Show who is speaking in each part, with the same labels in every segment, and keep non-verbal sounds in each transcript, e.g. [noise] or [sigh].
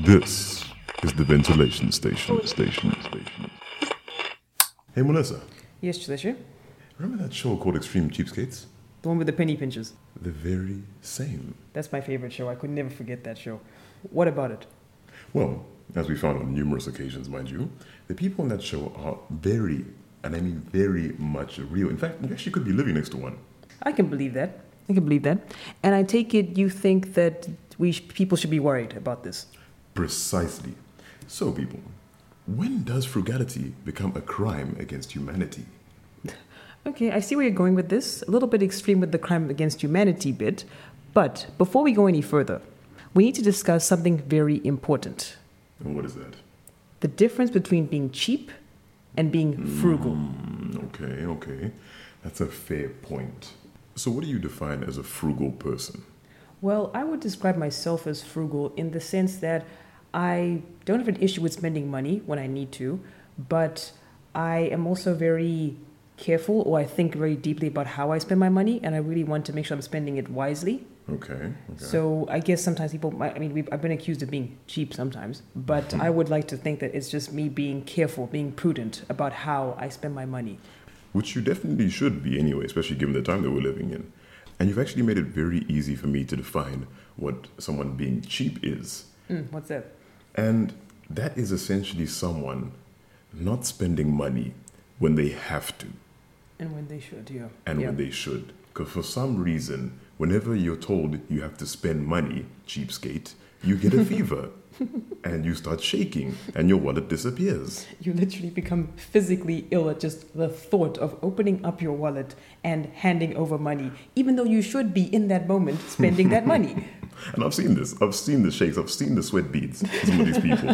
Speaker 1: This is the ventilation station. Station. Station. Hey Melissa,
Speaker 2: Yes, Tricia.
Speaker 1: remember that show called Extreme Cheapskates?
Speaker 2: The one with the penny pinchers.
Speaker 1: The very same.
Speaker 2: That's my favorite show. I could never forget that show. What about it?
Speaker 1: Well, as we found on numerous occasions, mind you, the people in that show are very, and I mean very much real. In fact, you actually could be living next to one.
Speaker 2: I can believe that. I can believe that. And I take it you think that we sh- people should be worried about this.
Speaker 1: Precisely. So, people, when does frugality become a crime against humanity?
Speaker 2: Okay, I see where you're going with this. A little bit extreme with the crime against humanity bit. But before we go any further, we need to discuss something very important
Speaker 1: And what is that?
Speaker 2: the difference between being cheap and being frugal.
Speaker 1: Mm, okay, okay. That's a fair point. So, what do you define as a frugal person?
Speaker 2: Well, I would describe myself as frugal in the sense that I don't have an issue with spending money when I need to, but I am also very careful or I think very deeply about how I spend my money and I really want to make sure I'm spending it wisely.
Speaker 1: Okay, okay.
Speaker 2: So I guess sometimes people, might, I mean, we've, I've been accused of being cheap sometimes, but
Speaker 1: Hmm.
Speaker 2: I would like to think that it's just me being careful, being prudent about how I spend my money.
Speaker 1: Which you definitely should be anyway, especially given the time that we're living in. And you've actually made it very easy for me to define what someone being cheap is.
Speaker 2: Mm, what's that?
Speaker 1: And that is essentially someone not spending money when they have to
Speaker 2: And when they should, yeah.
Speaker 1: and
Speaker 2: yeah.
Speaker 1: when they should. Because for some reason, whenever you're told you have to spend money, cheapskate, you get
Speaker 2: [laughs]
Speaker 1: a fever and you start shaking and your wallet disappears.
Speaker 2: You literally become physically ill at just the thought of opening up your wallet and handing over money, even though you should be in that moment spending that money.
Speaker 1: And I've seen this. I've seen the shakes. I've seen the sweat beads on some of these people.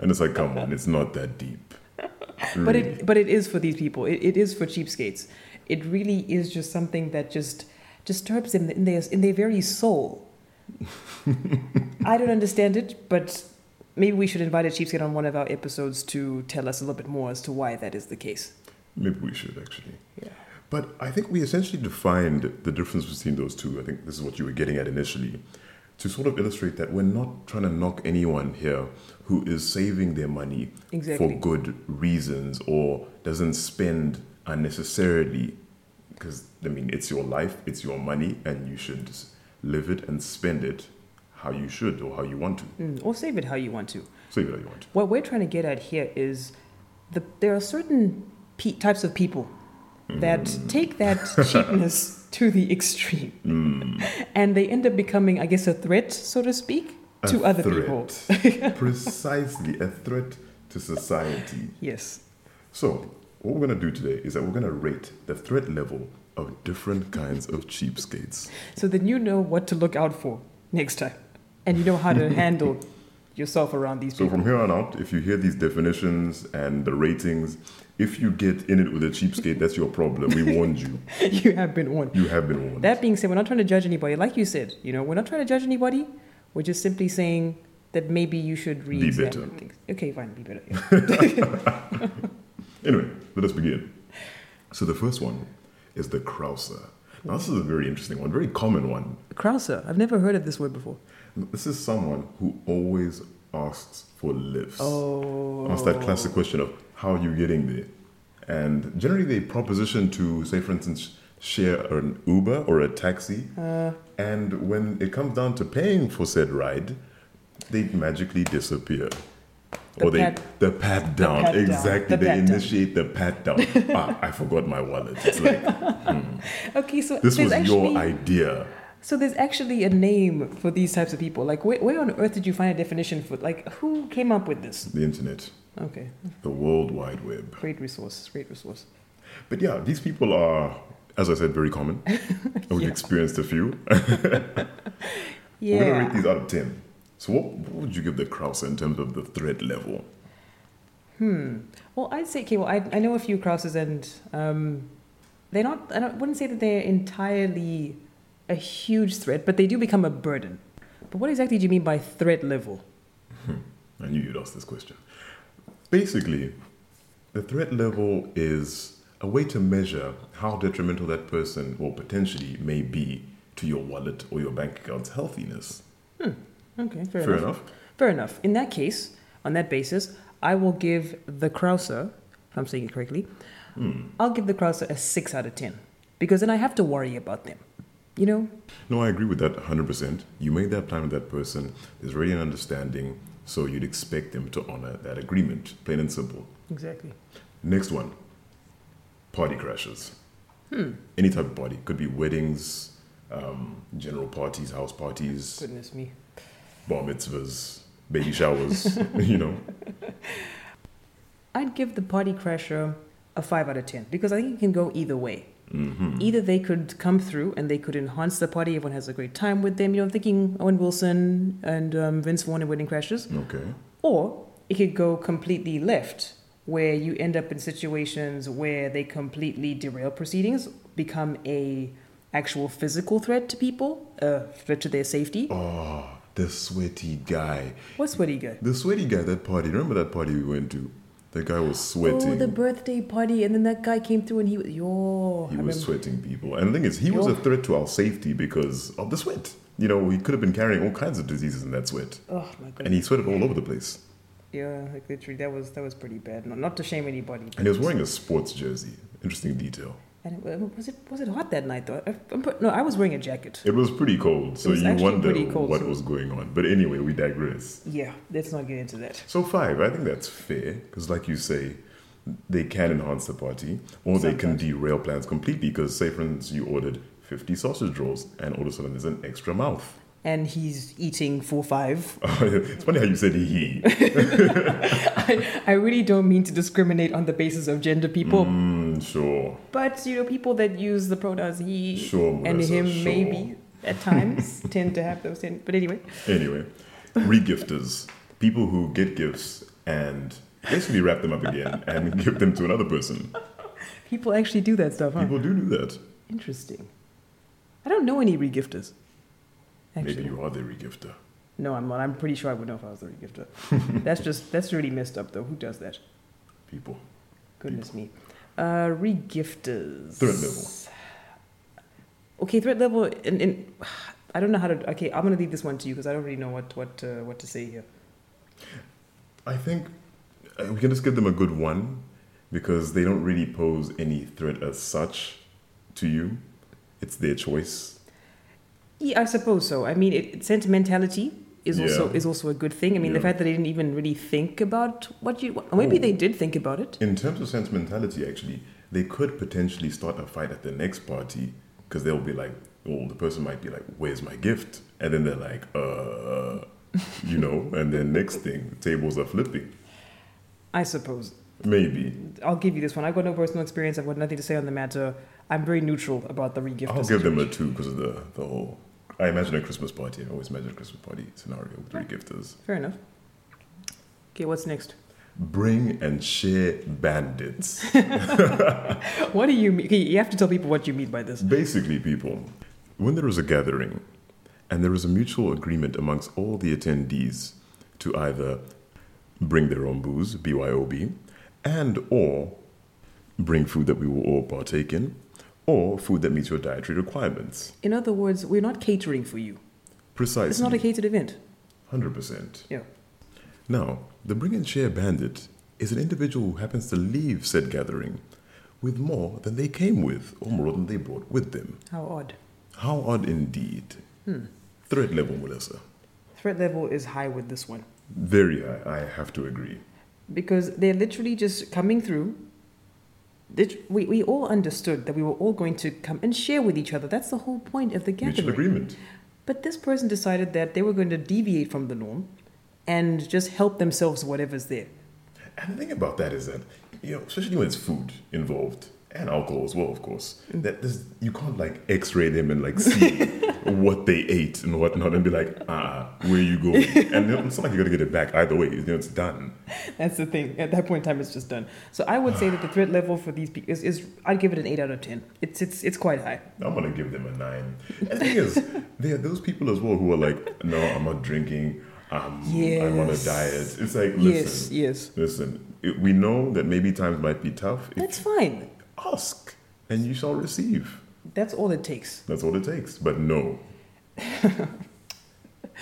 Speaker 1: and it's like, come on, it's not that deep. Mm.
Speaker 2: But it, but it is for these people. It, it is for cheapskates. It really is just something that just disturbs them in their in their very soul. I don't understand it, but maybe we should invite a cheapskate on one of our episodes to tell us a little bit more as to why that is the case.
Speaker 1: Maybe we should actually.
Speaker 2: Yeah.
Speaker 1: But I think we essentially defined the difference between those two. I think this is what you were getting at initially. To sort of illustrate that we're not trying to knock anyone here who is saving their money
Speaker 2: Exactly.
Speaker 1: for good reasons or doesn't spend unnecessarily. Because, I mean, it's your life, it's your money, and you should just live it and spend it how you should or how you want to.
Speaker 2: Mm, or save it how you want to.
Speaker 1: Save it how you want to.
Speaker 2: What we're trying to get at here is the, there are certain pe- types of people that take that cheapness to the extreme.
Speaker 1: Mm.
Speaker 2: And they end up becoming, I guess, a threat, so to speak,
Speaker 1: A
Speaker 2: to other people.
Speaker 1: threat. [laughs] Precisely, a threat to society.
Speaker 2: Yes.
Speaker 1: So, what we're going to do today is that we're going to rate the threat level of different kinds of cheapskates.
Speaker 2: So then you know what to look out for next time. And you know how to handle yourself around these
Speaker 1: So,
Speaker 2: people. [laughs]
Speaker 1: from here on out, if you hear these definitions and the ratings, if you get in it with a cheapskate, that's your problem. We warned you.
Speaker 2: you have been warned.
Speaker 1: You have been warned.
Speaker 2: That being said, we're not trying to judge anybody. Like you said, you know, we're not trying to judge anybody. We're just simply saying that maybe you should read
Speaker 1: better.
Speaker 2: things. Okay, fine, be better. yeah.
Speaker 1: Anyway, let us begin. So, the first one is the Krauser. Now, this is a very interesting one, very common one.
Speaker 2: Krauser. I've never heard of this word before.
Speaker 1: This is someone who always asks for lifts.
Speaker 2: Oh.
Speaker 1: ask that classic question of how are you getting there and generally they proposition to say for instance share an uber or a taxi
Speaker 2: Uh.
Speaker 1: and when it comes down to paying for said ride they magically disappear
Speaker 2: The
Speaker 1: or they
Speaker 2: pat-
Speaker 1: the pat down
Speaker 2: pat down.
Speaker 1: exactly
Speaker 2: The
Speaker 1: they
Speaker 2: pat down.
Speaker 1: initiate the pat
Speaker 2: [laughs]
Speaker 1: down ah i forgot my wallet it's like
Speaker 2: Oh. Okay, so
Speaker 1: this
Speaker 2: there's
Speaker 1: was
Speaker 2: actually,
Speaker 1: your idea
Speaker 2: So there's actually a name for these types of people. Like, where, where on earth did you find a definition for? Like, who came up with this?
Speaker 1: the internet
Speaker 2: Okay,
Speaker 1: the world wide web
Speaker 2: great resource, great resource.
Speaker 1: But yeah, these people are, as I said, very
Speaker 2: [laughs]
Speaker 1: common. And We've
Speaker 2: Yeah.
Speaker 1: experienced a few. We're going to rate
Speaker 2: Yeah.
Speaker 1: these out of 10. So, what, what would you give the Krauser in terms of the threat level?
Speaker 2: hmm. Well, I'd say okay. Well, I, I know a few Krausers, and um, they're not. I don't, wouldn't say that they're entirely a huge threat, but they do become a burden. But what exactly do you mean by threat level?
Speaker 1: I knew you'd ask this question. Basically, the threat level is a way to measure how detrimental that person or potentially may be to your wallet or your bank account's healthiness.
Speaker 2: Okay, fair,
Speaker 1: Fair
Speaker 2: enough.
Speaker 1: enough.
Speaker 2: Fair enough. In that case, on that basis, I will give the Krauser, if I'm saying it correctly, I'll give the Krauser a 6 out of 10 because then I have to worry about them. You know?
Speaker 1: No, I agree with that 100%. You made that plan with that person. There's already an understanding, so you'd expect them to honor that agreement, plain and simple.
Speaker 2: Exactly.
Speaker 1: Next one party crashes.
Speaker 2: Hmm.
Speaker 1: Any type of party. Could be weddings, um, general parties, house parties,
Speaker 2: Goodness me.
Speaker 1: bar mitzvahs, baby
Speaker 2: [laughs]
Speaker 1: showers, you know.
Speaker 2: I'd give the party crasher a 5 out of 10 because I think it can go either way.
Speaker 1: hmm
Speaker 2: Either they could come through and they could enhance the party, everyone has a great time with them. You know, I'm thinking Owen Wilson and um, Vince Vaughn in Wedding Crashes.
Speaker 1: Okay.
Speaker 2: Or it could go completely left, where you end up in situations where they completely derail proceedings, become a actual physical threat to people, a threat to their safety.
Speaker 1: Oh, the sweaty guy.
Speaker 2: What's what he got?
Speaker 1: The sweaty guy, that party. Remember that party we went to? The guy was sweating.
Speaker 2: Oh, the birthday party, and then that guy came through and he was yo.
Speaker 1: He
Speaker 2: I
Speaker 1: was
Speaker 2: remember-
Speaker 1: sweating people. And the thing is, he was a threat to our safety because of the sweat. You know, he could have been carrying all kinds of diseases in that sweat.
Speaker 2: Oh my god!
Speaker 1: And he sweated all over the place.
Speaker 2: yeah, like literally, that was that was pretty bad. Not, not to shame anybody.
Speaker 1: And he was wearing a sports jersey. Interesting detail.
Speaker 2: And it, was it was it hot that night though? I, I'm, put- no, I was wearing a jacket.
Speaker 1: It was pretty cold, so
Speaker 2: was
Speaker 1: you
Speaker 2: actually
Speaker 1: wonder
Speaker 2: pretty cold,
Speaker 1: what
Speaker 2: so-
Speaker 1: was going on. But anyway, we digress.
Speaker 2: Yeah, let's not get into that.
Speaker 1: So, five, I think that's fair because, like you say, they can enhance the party or they can
Speaker 2: Sometimes.
Speaker 1: derail plans completely because, say, for instance, you ordered 50 sausage rolls and all of a sudden there's an extra mouth. [laughs]
Speaker 2: And he's eating four five.
Speaker 1: it's funny how you said he.
Speaker 2: I, I really don't mean to discriminate on the basis of gender people,
Speaker 1: Mm, sure.
Speaker 2: but you know, people that use the pronouns he
Speaker 1: Sure,
Speaker 2: and
Speaker 1: Marissa,
Speaker 2: him
Speaker 1: sure.
Speaker 2: maybe
Speaker 1: [laughs]
Speaker 2: at times tend to have those. Ten- but anyway,
Speaker 1: Anyway, regifters, people who get gifts and basically wrap them up
Speaker 2: [laughs]
Speaker 1: again and give them to another person.
Speaker 2: people actually do that stuff, huh?
Speaker 1: People do do that.
Speaker 2: Interesting. I don't know any regifters. Actually,
Speaker 1: Maybe you are the regifter.
Speaker 2: no, I'm not. I'm pretty sure I would know if I was the
Speaker 1: [laughs]
Speaker 2: regifter. that's just that's really messed up, though. Who does that?
Speaker 1: People.
Speaker 2: Goodness me. Uh, regifters.
Speaker 1: Threat level.
Speaker 2: Okay, threat level, and, and I don't know how to. Okay, I'm gonna leave this one to you because I don't really know what what uh, what to say here.
Speaker 1: I think uh, we can just give them a good one because they don't really pose any threat as such to you. It's their choice.
Speaker 2: Yeah, I suppose so. I mean, it, it- sentimentality is also
Speaker 1: Yeah.
Speaker 2: is also a good thing. I mean, the
Speaker 1: Yeah.
Speaker 2: fact that they didn't even really think about what you. Or maybe
Speaker 1: Oh.
Speaker 2: they did think about it.
Speaker 1: In terms of sentimentality, actually, they could potentially start a fight at the next party because they'll be like, oh, the person might be like, where's my gift? And then they're like, uh, [laughs] you know, and then next thing, tables are flipping.
Speaker 2: I suppose.
Speaker 1: Maybe.
Speaker 2: I'll give you this one. I've got no personal experience. I've got nothing to say on the matter. I'm very neutral about the regift.
Speaker 1: I'll give them a two because of the, the whole. I imagine a Christmas party. I always imagine a Christmas party scenario with three gifters.
Speaker 2: Fair enough. Okay, what's next? [gasps]
Speaker 1: Bring and share bandits.
Speaker 2: What do you mean? Okay, you have to tell people what you mean by this.
Speaker 1: Basically, people, when there is a gathering and there is a mutual agreement amongst all the attendees to either bring their own booze, BYOB, and or bring food that we will all partake in, or food that meets your dietary requirements.
Speaker 2: In other words, we're not catering for you.
Speaker 1: Precisely.
Speaker 2: It's not a catered event.
Speaker 1: 100%.
Speaker 2: Yeah.
Speaker 1: Now, the bring and share bandit is an individual who happens to leave said gathering with more than they came with or more than they brought with them.
Speaker 2: How odd.
Speaker 1: How odd indeed.
Speaker 2: Hmm.
Speaker 1: Threat level, Melissa.
Speaker 2: Threat level is high with this one
Speaker 1: Very high, I have to agree.
Speaker 2: because they're literally just coming through. Lit- We, we all understood that we were all going to come and share with each other. That's the whole point of the
Speaker 1: Mutual
Speaker 2: gathering.
Speaker 1: agreement.
Speaker 2: But this person decided that they were going to deviate from the norm and just help themselves whatever's there.
Speaker 1: And the thing about that is that, you know, especially when it's food involved and alcohol as well, of course,
Speaker 2: Mm.
Speaker 1: that there's, you can't like x ray them and like see
Speaker 2: [laughs]
Speaker 1: what they ate and whatnot and be like, ah, where you going? And it's not like you're going to get it back either way. You know, it's done.
Speaker 2: That's the thing. At that point in time, it's just done. So I would say that the threat level for these people is, is I'd give it an eight out of ten. It's it's it's quite high.
Speaker 1: I'm gonna give them a nine. And the thing is, there are those people as well who are like, no, I'm not drinking. I'm, I'm on a
Speaker 2: Yes.
Speaker 1: diet. It's like,
Speaker 2: Yes,
Speaker 1: listen,
Speaker 2: yes.
Speaker 1: listen. It, we know that maybe times might be tough. If
Speaker 2: That's fine.
Speaker 1: ask, and you shall receive.
Speaker 2: That's all it takes. [laughs]
Speaker 1: That's all it takes. But no,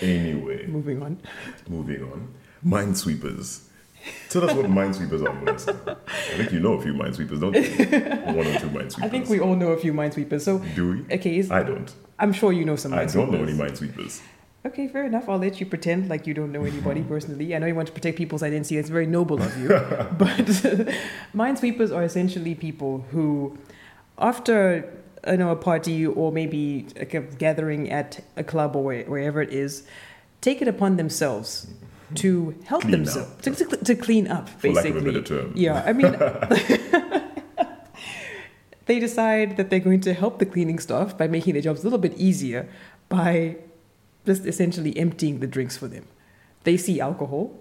Speaker 1: Anyway,
Speaker 2: Moving on.
Speaker 1: moving on. Minesweepers. Tell us what minesweepers are, Melissa. I think you know a few minesweepers, don't
Speaker 2: [laughs]
Speaker 1: you? One or two minesweepers.
Speaker 2: I think we all know a few minesweepers. So,
Speaker 1: do. We?
Speaker 2: okay, is,
Speaker 1: I don't.
Speaker 2: I'm sure you know some minesweepers.
Speaker 1: I don't know any minesweepers.
Speaker 2: Okay, fair enough. I'll let you pretend like you don't
Speaker 1: [laughs]
Speaker 2: know anybody personally. I know you want to protect people's identity. It's very noble of you. but [laughs] minesweepers are essentially people who, after you know a party or maybe like a gathering at a club or where- wherever it is, take it upon themselves to help
Speaker 1: Mm-hmm. Clean
Speaker 2: themselves
Speaker 1: up.
Speaker 2: to, to, to clean up,
Speaker 1: For
Speaker 2: basically.
Speaker 1: lack of a better term.
Speaker 2: Yeah, I mean, [laughs] they decide that they're going to help the cleaning staff by making their jobs a little bit easier by just essentially emptying the drinks for them. They see alcohol,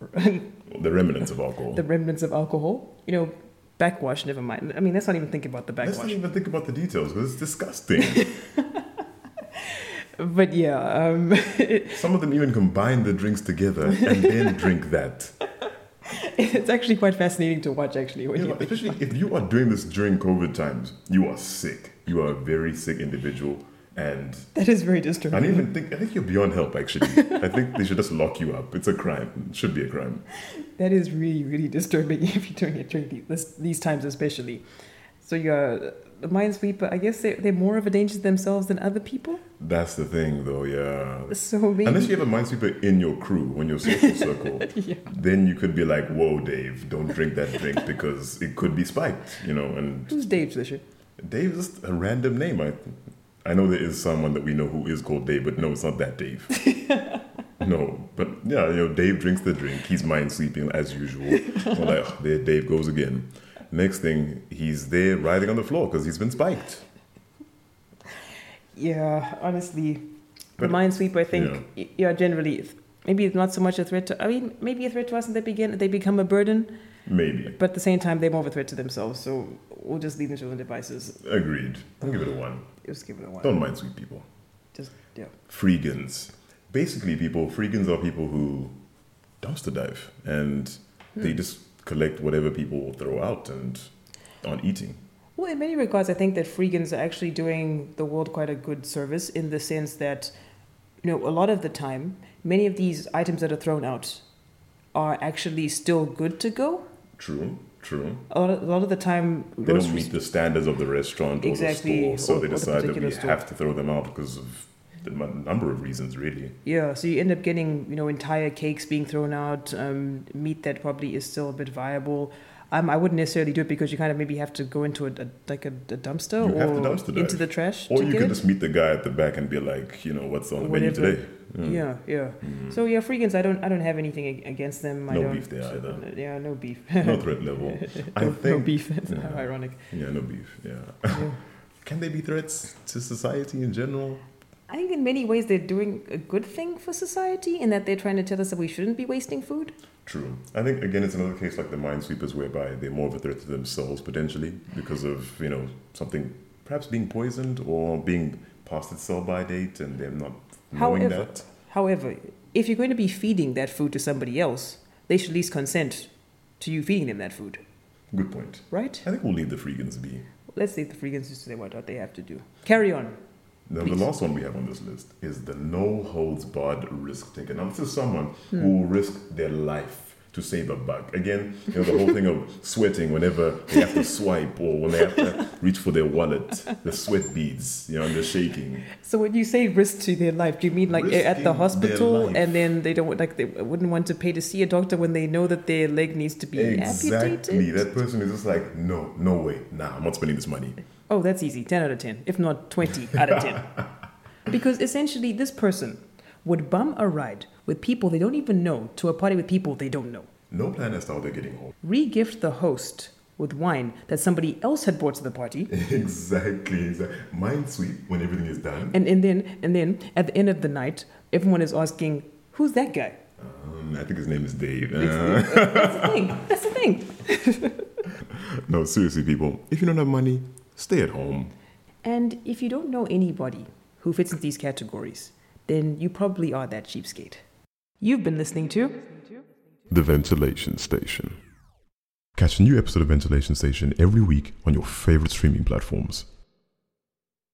Speaker 1: The remnants of alcohol.
Speaker 2: the remnants of alcohol, you know, backwash, never mind. I mean, let's not even think about the
Speaker 1: Let's not
Speaker 2: backwash.
Speaker 1: even think about the details because it's disgusting.
Speaker 2: But yeah, um, [laughs]
Speaker 1: Some of them even combine the drinks together and then drink that.
Speaker 2: it's actually quite fascinating to watch,
Speaker 1: [laughs]
Speaker 2: actually. When
Speaker 1: You
Speaker 2: you
Speaker 1: know, especially if you are doing this during COVID times, you are sick. You are a very sick individual, and
Speaker 2: [laughs] that is very
Speaker 1: I
Speaker 2: disturbing.
Speaker 1: don't even think I think you're beyond help. Actually, I think they should just lock you up. It's a crime. It should be a crime.
Speaker 2: That is really, really [laughs] disturbing if you're doing it during the- this, these times, especially. So, yeah, the minesweeper, I guess they're, they're more of a danger to themselves than other people.
Speaker 1: That's the thing, though. Yeah.
Speaker 2: So, maybe.
Speaker 1: Unless you have a minesweeper in your crew, when your social
Speaker 2: [laughs]
Speaker 1: circle,
Speaker 2: yeah.
Speaker 1: then you could be like, "Whoa, Dave, don't drink that drink because it could be spiked," you know. And
Speaker 2: Who's Dave Fisher?
Speaker 1: Dave is just a random name. I, I know there is someone that we know who is called Dave, but no, it's not that Dave. no, but yeah, you know, Dave drinks the drink. He's mind sleeping as usual. I'm like, "Ugh, there Dave goes again. Next thing, he's there writhing on the floor because he's been spiked.
Speaker 2: Yeah, honestly,
Speaker 1: But-
Speaker 2: the minesweeper. I think yeah. generally maybe it's not so much a threat to. I mean, maybe a threat to us, and they begin they become a burden.
Speaker 1: Maybe.
Speaker 2: But at the same time, they're more of a threat to themselves. So we'll just leave them to their own devices.
Speaker 1: Agreed. I'll give it a one.
Speaker 2: Just give it a while.
Speaker 1: Don't mind sweet people.
Speaker 2: Just yeah.
Speaker 1: Freegans. Basically, people, freegans are people who dumpster dive and they just collect whatever people throw out and aren't eating.
Speaker 2: Well, in many regards, I think that freegans are actually doing the world quite a good service in the sense that, you know, a lot of the time, many of these items that are thrown out are actually still good to go.
Speaker 1: True, true.
Speaker 2: A lot of, a lot of the time,
Speaker 1: They don't
Speaker 2: grocery
Speaker 1: meet the standards of the restaurant or
Speaker 2: Exactly,
Speaker 1: the store, so
Speaker 2: or-
Speaker 1: they
Speaker 2: or the
Speaker 1: decide that
Speaker 2: particular
Speaker 1: we
Speaker 2: store.
Speaker 1: have to throw them out because of the m- number of reasons, really.
Speaker 2: Yeah, so you end up getting you know entire cakes being thrown out, um, meat that probably is still a bit viable. Um, I wouldn't necessarily do it because you kind of maybe have to go into a, a- like a, a dumpster
Speaker 1: You
Speaker 2: or
Speaker 1: have to dumpster dive.
Speaker 2: into the trash
Speaker 1: Or
Speaker 2: to
Speaker 1: you
Speaker 2: get
Speaker 1: could
Speaker 2: it.
Speaker 1: just meet the guy at the back and be like, you know, what's on the menu
Speaker 2: Whatever.
Speaker 1: today?
Speaker 2: Yeah, yeah. So yeah, freegans, I don't I don't have anything ag- against them. I
Speaker 1: Mm. No
Speaker 2: don't,
Speaker 1: beef there
Speaker 2: [laughs]
Speaker 1: either.
Speaker 2: Yeah, no beef. [laughs]
Speaker 1: No threat level. I
Speaker 2: no,
Speaker 1: think.
Speaker 2: no beef. [laughs] That's
Speaker 1: yeah.
Speaker 2: How ironic.
Speaker 1: Yeah, no beef. Yeah.
Speaker 2: Yeah.
Speaker 1: [laughs] Can they be threats to society in general?
Speaker 2: I think in many ways they're doing a good thing for society in that they're trying to tell us that we shouldn't be wasting food.
Speaker 1: True. I think again, it's another case like the minesweepers, whereby they're more of a threat to themselves potentially because of you know something perhaps being poisoned or being past its sell by date, and they're not knowing
Speaker 2: However-
Speaker 1: that.
Speaker 2: However, if you're going to be feeding that food to somebody else, they should at least consent to you feeding them that food,
Speaker 1: Good point.
Speaker 2: right?
Speaker 1: I think we'll leave the freegans be.
Speaker 2: Let's say the freegans just say what they have to do. Carry on.
Speaker 1: Now,
Speaker 2: Please.
Speaker 1: the last one we have on this list is the no holds barred risk taker. Now, this is someone
Speaker 2: Hmm.
Speaker 1: who will risk their life to save a buck. Again, you know, the whole thing of sweating whenever they have to swipe or when they have to reach for their wallet, the sweat beads, you know, and the shaking.
Speaker 2: So when you say risk to their life, do you mean like at
Speaker 1: Risking
Speaker 2: the
Speaker 1: their
Speaker 2: hospital
Speaker 1: life.
Speaker 2: and then they don't like they wouldn't want to pay to see a doctor when they know that their leg needs to be
Speaker 1: Exactly.
Speaker 2: amputated?
Speaker 1: That person is just like, no, no way. Nah, I'm not spending this money.
Speaker 2: Oh, that's easy. 10 out of 10, if not 20 out of 10. because essentially this person would bum a ride with people they don't even know to a party with people they don't know.
Speaker 1: No plan as to how they're getting home.
Speaker 2: regift the host with wine that somebody else had brought to the party
Speaker 1: [laughs] exactly. exactly. Mind sweep when everything is done.
Speaker 2: and, and then and then at the end of the night everyone is asking who's that guy
Speaker 1: Um, I think his name is Dave.
Speaker 2: It's-
Speaker 1: Uh,
Speaker 2: that's the thing that's the thing
Speaker 1: No, seriously, people. If you don't have money, stay at home.
Speaker 2: and if you don't know anybody who fits into these categories then you probably are that cheapskate you've been listening to
Speaker 1: The Ventilation Station. Catch a new episode of Ventilation Station every week on your favorite streaming platforms.